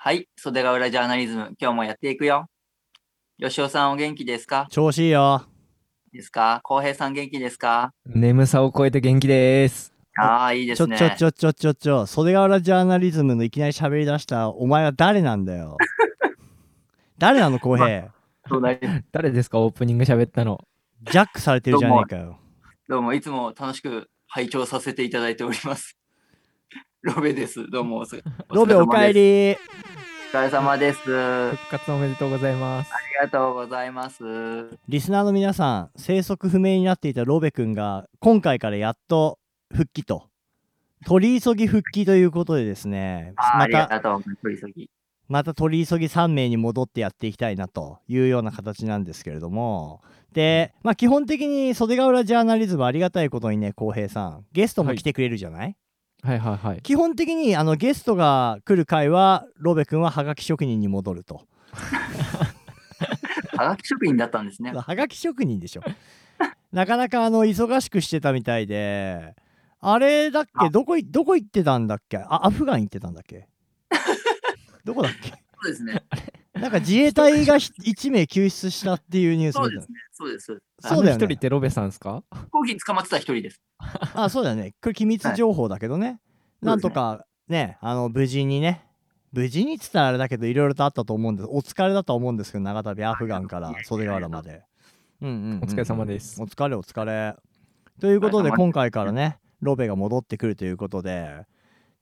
はい、袖ヶ浦ジャーナリズム、今日もやっていくよ。吉尾さんお元気ですか調子いいよ。ですか浩平さん元気ですか眠さを超えて元気です。ああー、いいでちょすちね。ょちょちょちょちょ、袖ヶ浦ジャーナリズムのいきなり喋り出したお前は誰なんだよ。 誰なの浩平。どうなり誰ですかオープニング喋ったの。ジャックされてるじゃねえかよ。どうも、いつも楽しく拝聴させていただいております。 ロベです。どう もお疲れロベおかえ。り。お疲れ様です。あ復活おめでとうございます。りがとうございます。はリスナーの皆さん、生息不明になっていたロベくんが今回からやっと復帰と。取り急ぎ復帰ということでですね、あーあまりがた、とう。取り急ぎ。また取り急ぎ3名に戻ってやっていきたいなというような形なんですけれども、で、まあ基本的に袖ヶ浦ジャーナリズムありがたいことにね、浩平さん、ゲストも来てくれるじゃない、はいはいはい。基本的にあのゲストが来る回は、ロベくんはハガキ職人に戻ると。はがき職人だったん ですね。はがき職人でしょ。なかなかあの忙しくしてたみたいで、あれだっけあどこいどこ行ってたんだっけあアフガン行ってたんだっけどこだっけそうです ね。なんか自衛隊が1名救出したっていうニュースそう見でたすね。そうです。そうですそうだよあの一人ねっ。てロベさんですか飛行機に捕まってた一人です。あそうだよね。これ機密情報だけどね。なんとかねあの無事にね無事にっつったらあれだけどいろいろとあったと思うんですお疲れだとは思うんですけど長旅アフガンから袖ヶ浦まで、うんうんうんうんお疲れ様ですお疲れお疲れということお疲れ様でです今回からねロベが戻ってくるということで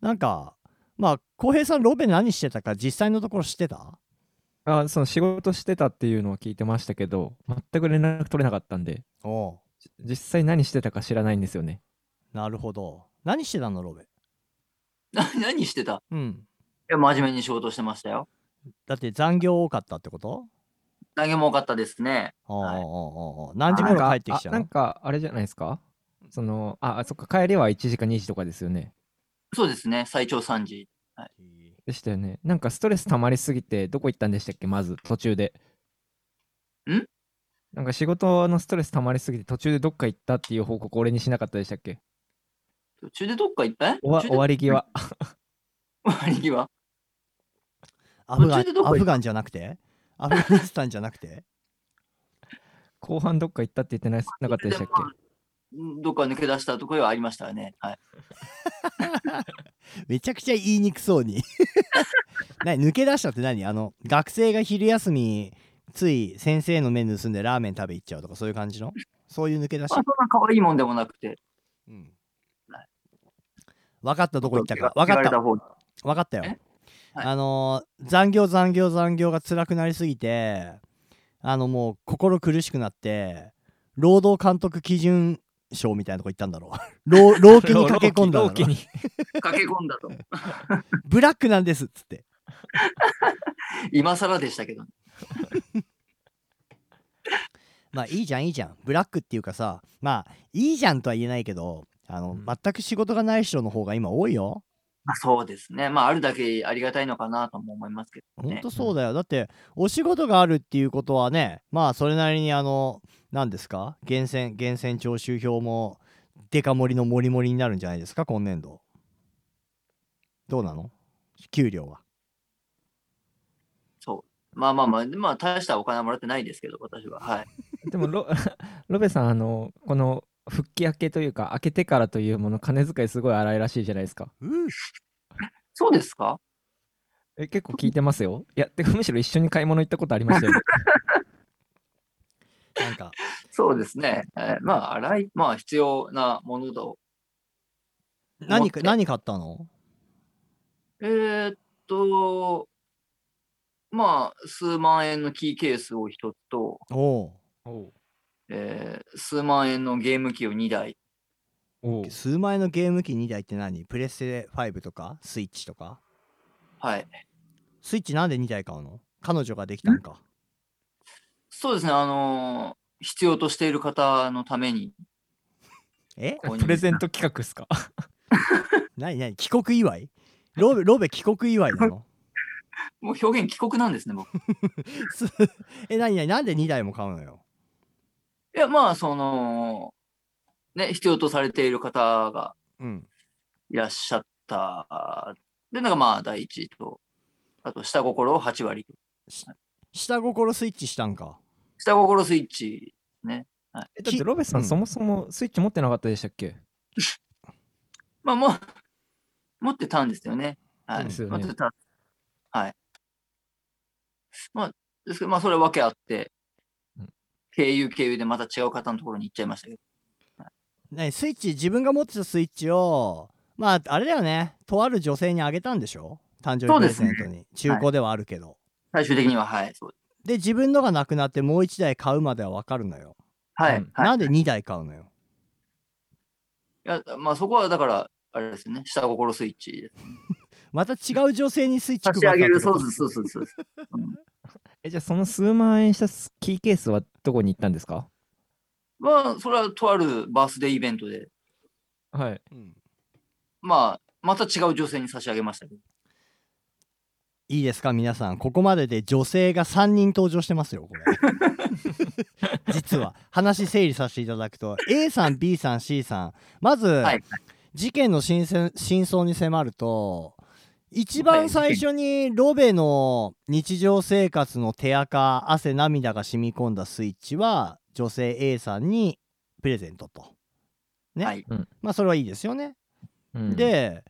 なんかまあ浩平さんロベ何してたか実際のところ知ってたあその仕事してたっていうのは聞いてましたけど、全く連絡取れなかったんで、おうじ実際何してたか知らないんですよね。なるほど何してたのロベな何して たいうんや、真面目に仕事してましたよ。だって残業多かったってこと何も多かったですね。おうおうはいおうおう何時頃なんか帰ってきちゃあうなのんか、あれじゃないですかその、あ、あそっか、帰りは1時か2時とかですよね。そうですね。最長3時。でしたよね。なんかストレス溜まりすぎて、どこ行ったんでしたっけまず、途中で。んなんか仕事のストレス溜まりすぎて、途中でどっか行ったっていう報告俺にしなかったでしたっけ途中でどっか行ったえ終わ途中で終わり際。終わり際。アフガン途中でどこ行アったフガンじゃなくてアフガニスタンじゃなくて後半どっか行ったって言ってななかったでしたっけうんどっか抜け出したところはありましたよね。はい。めちゃくちゃ言いにくそうに 何抜け出したって何あの学生が昼休みつい先生の麺盗んでラーメン食べ行っちゃうとかそういう感じのそういう抜け出しまあ、そんな可愛いもんでもなくて。うん分かったどこ行ったか言分かわっれたた方に分かったよ、えはいあのー残業残業残業が辛くなりすぎてあのもう心苦しくなって労働監督基準賞みたいなとこ行ったんだろう労労基に駆け込んだん だ同期ろうに。駆け込んだと。ブラックなんですっつって今更でしたけど、ね。まあいいじゃんいいじゃんブラックっていうかさまあいいじゃんとは言えないけどあの、うん全く仕事がない人の方が今多いよまあ、そうですね。まあ、あるだけありがたいのかなとも思いますけどほんね。とそうだよだってお仕事があるっていうことはねまあそれなりにあの何ですか源泉源泉徴収票もデカ盛りのモリモリになるんじゃないですか今年度どうなの給料はそう。まあまあまあ、でまあ、大したお金はもらってないですけど、私は。はい。でもロ、 ロベさん、あの、この復帰明けというか、明けてからというもの、金遣いすごい荒いらしいじゃないですか。うそうですかえ結構聞いてますよ。いや、てかむしろ一緒に買い物行ったことありましたよね。なんかそうですね。えーまあ、洗い、まあ、必要なものと。何か思って何買ったのえー、っと、まあ、数万円のキーケースを一つと、おお おうえー数万円のゲーム機を2台。おうう数万円のゲーム機2台って何プレステ5とかスイッチとかはい。スイッチなんで2台買うの彼女ができたんかそうですね、あのー必要としている方のために、え購入 プレゼント企画っすか何何帰国祝いロベロベ帰国祝いなのもう表現帰国なんですね、僕。いす え何何なんで2台も買うのよや、まあ、その、ね、必要とされている方がうんいらっしゃった。で、なんかまあ、第一と、あと下心を8割。下心スイッチしたんか下心スイッチ。えだってきロベさうんんそもそもスイッチ持ってなかったでしたっけまあもう、持ってたんですよね。はい。ですよ持ねってた。はい。まあ、ですけど、まあそれわけあってうん、経由経由でまた違う方のところに行っちゃいましたけど。ねスイッチ自分が持ってたスイッチをまああれだよねとある女性にあげたんでしょ誕生日そうプレですゼねントに、中古ではあるけど、最終的には、はい、そうです。で自分のがなくなってもう1台買うまでは分かるのよ、はういん。はいなんで2台買うのよいや、まあそこはだから、あれですよね、下心スイッチです。また違う女性にスイッチ差し上げる、そうすです、そうです、そうです。うんえじゃあその数万円したスキーケースはどこに行ったんですかまあ、それはとあるバースデーイベントで、はい。まあ、また違う女性に差し上げましたけど。いいですか皆さんここまでで女性が3人登場してますよこ れ実は話整理させていただくと A さん B さん C さんまず、はい事件の真相真相に迫ると一番最初にロベの日常生活の手垢汗涙が染み込んだスイッチは女性 A さんにプレゼントとね、はいまあそれはいいですよねうん、で、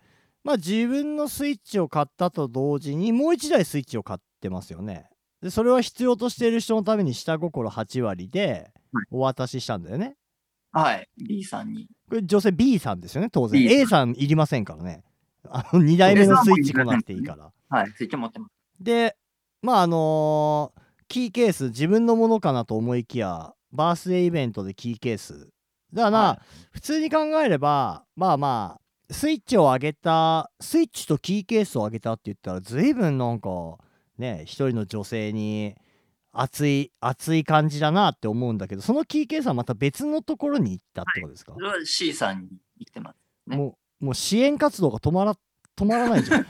まあ、自分のスイッチを買ったと同時にもう1台スイッチを買ってますよねでそれは必要としている人のために下心8割ではいお渡ししたんだよねはい、B さんに。これ女性 B さんですよね当然 B A さんいりませんからねあの2台目のスイッチ来なくていいからはい、スイッチ持ってます。でまああのーキーケース自分のものかなと思いきやバースデーイベントでキーケースだから、は普通に考えればまあまあスイッチを上げたスイッチとキーケースを上げたって言ったら随分なんかね一人の女性に熱い熱い感じだなって思うんだけどそのキーケースはまた別のところに行ったってことですか、それは C さんに行ってます。ねもうもう支援活動が止まら止まらないじゃ ん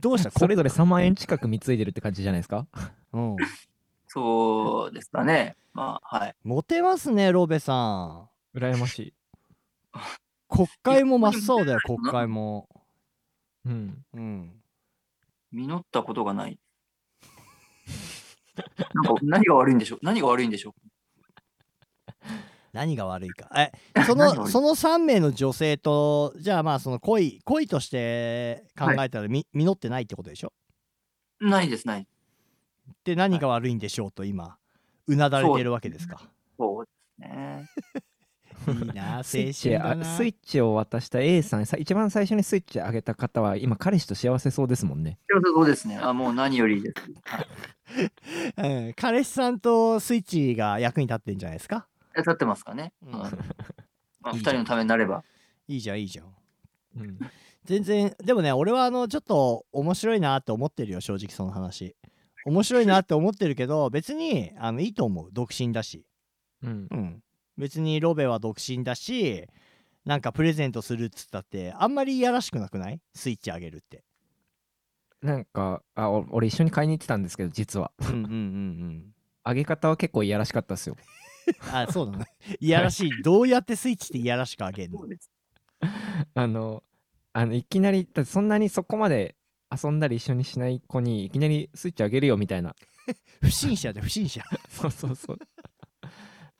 どうしたそれぞれ3万円近く貢いでるって感じじゃないですかうんそうですかね。まあ、はい。モテますねロベさん羨ましい。国会も真っ青 だよ国会もうん。うん実ったことがない。 なんか何が悪いんでしょう何が悪いんでしょ何が悪いか えそのその3名の女性とじゃあまあその恋恋として考えたらみ、実ってないってことでしょうないです、ない。で何が悪いんでしょうと今うなだれてるわけですかそうですね。いいな青 ス春イッチだあなスイッチを渡した A さん、さ一番最初にスイッチあげた方は、今、彼氏と幸せそうですもんね。そうですね。あ、もう何よりです。うん彼氏さんとスイッチが役に立ってんじゃないですかえ立ってますかね。うんうんまあ、い二いじゃん人のためになれば。いいじゃんいいじゃんうん、全然でもね俺はあのちょっと面白いなって思ってるよ正直その話面白いなって思ってるけど別にあのいいと思う独身だしうんう、ん、別にロベは独身だしなんかプレゼントするっつったってあんまりいやらしくなくないスイッチあげるってなんかあ、お俺、一緒に買いに行ってたんですけど、実は。うんうんうんあげ方は結構いやらしかったですよ。うんあそうなのいやらしいどうやってスイッチっていやらしくあげるのです。あの、あのいきなり、だってそんなにそこまで遊んだり一緒にしない子に、いきなりスイッチあげるよみたいな。不審者じゃん不審者、 そうそうそう。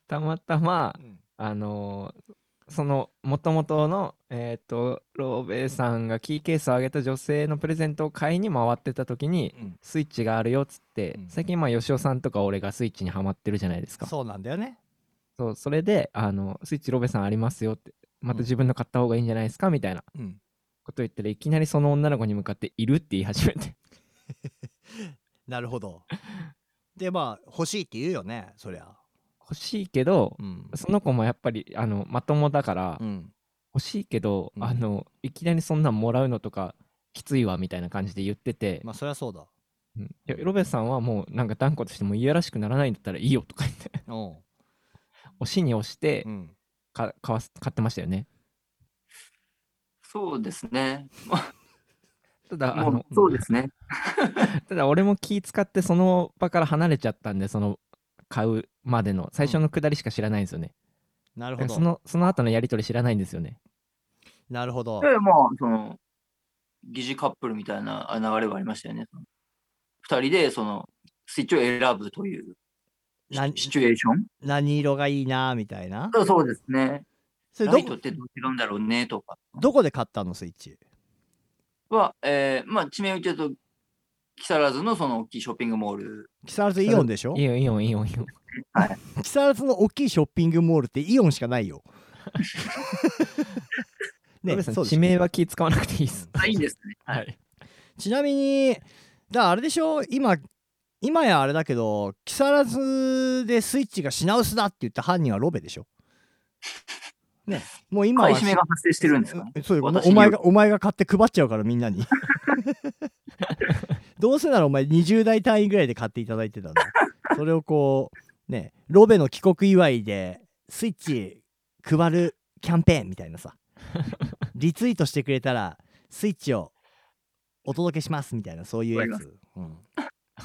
たまたま、あのーそのもともとの、えー、とローベイさんがキーケースをあげた女性のプレゼントを買いに回ってた時にうんスイッチがあるよっつって、うん最近まあ吉尾さんとか俺がスイッチにはまってるじゃないですかそうなんだよねそうそれであのスイッチローベイさんありますよってまうんた自分の買った方がいいんじゃないですかみたいなうんこと言ったらいきなりその女の子に向かって「いる?」って言い始めて なるほどでまあ欲しいって言うよねそりゃ欲しいけどうんその子もやっぱりあのまともだからうん欲しいけど、うんあのいきなりそんなんもらうのとかきついわみたいな感じで言ってて、まあそりゃそうだ うんいやロベさんはもうなんか断固としてもいやらしくならないんだったらいいよとか言って おう押しに押してうんか買わす買ってましたよねそうですね。ただあものう、そうですね。ただ俺も気使ってその場から離れちゃったんでその買うまでの最初のくだりしか知らないんですよね、なるだほからどそのその後のやり取り知らないんですよねなるほどで、まあ、その、疑似カップルみたいな流れはありましたよね。二人でそのスイッチを選ぶというシ何シチュエーション何色がいいなみたいなそうそうですね。それラどイトってどう違うんだろうねとかどこで買ったのスイッチは、えーまあ、地名を言っちゃうと、木更津のその大きいショッピングモール。木更津イオンでしょいいよいいよいいよいいよ。木更津の大きいショッピングモールってイオンしかない よロベさんそうです地名は気使わなくていいです。あ、いい んですね。はい。い。ちなみにだからあれでしょ今今やあれだけど木更津でスイッチが品薄だって言った犯人はロベでしょねもう今は買い占めが発生してるんですかえそういうこと私にお前がお前が買って配っちゃうからみ んなにどうせならお前20代単位ぐらいで買っていただいてたのそれをこうねロベの帰国祝いでスイッチ配るキャンペーンみた いなさリツイートしてくれたらスイッチをお届けしますみたいなそういうやわつ、うん、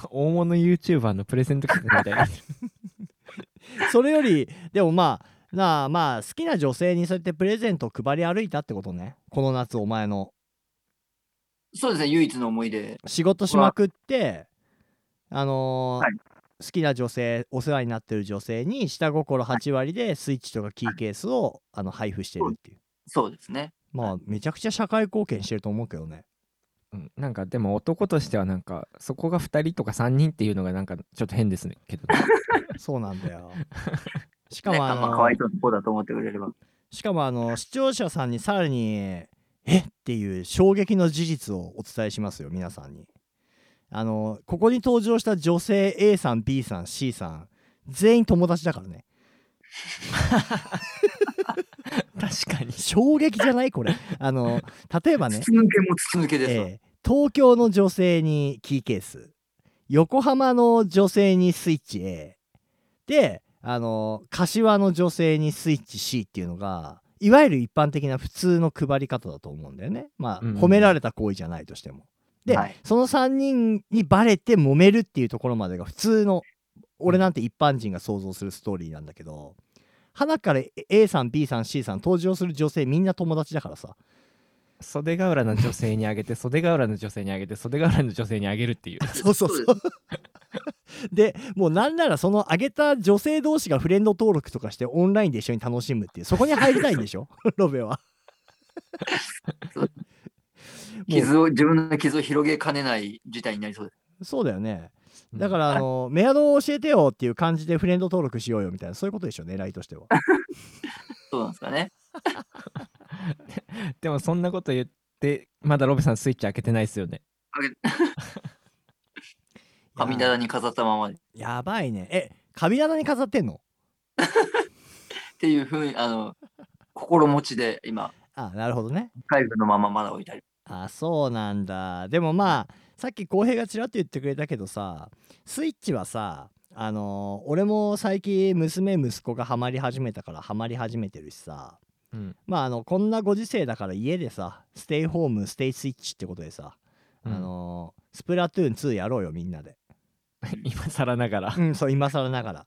大物 YouTuber のプレゼント企画みたい な。それよりでもまあなあまあ好きな女性にそうやってプレゼントを配り歩いたってことねこの夏お前のそうですね、唯一の思い出。仕事しまくってあのーはい好きな女性お世話になってる女性に下心8割でスイッチとかキーケースをあの配布してるっていうそうですね。まあめちゃくちゃ社会貢献してると思うけどねうんなんかでも男としてはなんかそこが2人とか3人っていうのがなんかちょっと変ですねけどね、そうなんだ よしかね、もああんまのかわいそうな子だと思ってくれれば。しかもあの視聴者さんにさらに「えっ!」ていう衝撃の事実をお伝えしますよ皆さんに。あのここに登場した女性 A さん B さん C さん全員友達だからね 確かに 衝撃じゃないこれあの例えばね、筒抜けも筒抜けですわ。えー東京の女性にキーケース横浜の女性にスイッチ A であの柏の女性にスイッチ C っていうのがいわゆる一般的な普通の配り方だと思うんだよねまあ、うん褒められた行為じゃないとしてもで、はいその3人にバレて揉めるっていうところまでが普通の俺なんて一般人が想像するストーリーなんだけど花から A さん B さん C さん登場する女性みんな友達だからさ袖ヶ浦の女性にあげて袖ヶ浦の女性にあげて袖ヶ浦の女性にあげるっていう そうそうそう。でもうなんならその上げた女性同士がフレンド登録とかしてオンラインで一緒に楽しむっていうそこに入りたいんでし ょロベは。も傷を、自分の傷を広げかねない事態になりそうです。うそうだよねだからあの、メアドを教えてよっていう感じでフレンド登録しようよみたいなそういうことでしょ狙いとしては。そうなんですかね。でもそんなこと言ってまだロベさんスイッチ開けてないですよね神棚に飾ったままで。っやばいね。え神棚に飾ってんのていうふうに、あの、心持ちで今、あなるほどね。外部のまままだ置いてありあそうなんだでもまあさっき浩平がちらっと言ってくれたけどさスイッチはさあのー俺も最近娘息子がハマり始めたからハマり始めてるしさうん、まああのこんなご時世だから家でさステイホームステイスイッチってことでさ、あのースプラトゥーン2やろうよみんなで 今更ながらうんそう今更ながら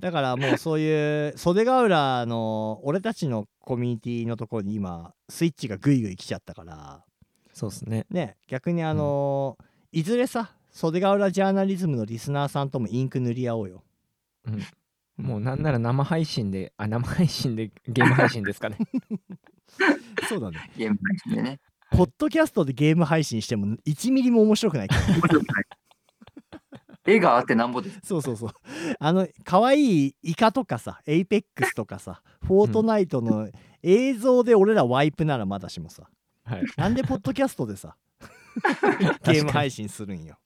だからもうそういう袖ヶ浦の俺たちのコミュニティのところに今スイッチがグイグイ来ちゃったからそうですねね逆にあのーいずれさ袖ヶ浦ジャーナリズムのリスナーさんともインク塗り合おうよもうなんなら生配信であ生配信でゲーム配信です かねそうだねゲーム配信でね。ポッドキャストでゲーム配信しても1ミリも面白くないから面白く ない絵があってなんぼです。そうそうそう あの可愛いイカとかさエイペックスとかさフォートナイトの映像で俺らワイプならまだしもさはいなんでポッドキャストで さゲーム配信するんよ。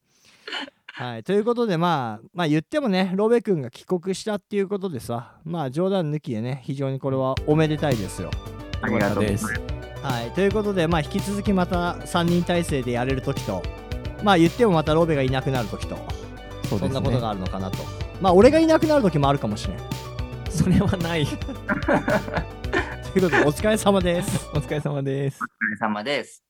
はい、ということで、まあ、まあ言ってもねロベ君が帰国したっていうことでさまあ冗談抜きでね非常にこれはおめでたいですよ。ありがとうございます。はい、ということで、まあ、引き続きまた3人体制でやれる時とまあ言ってもまたロベがいなくなる時とそうそですねんなことがあるのかなとまあ俺がいなくなる時もあるかもしれん。それはないということでお疲れ様です。お疲れ様ですお疲れ様です。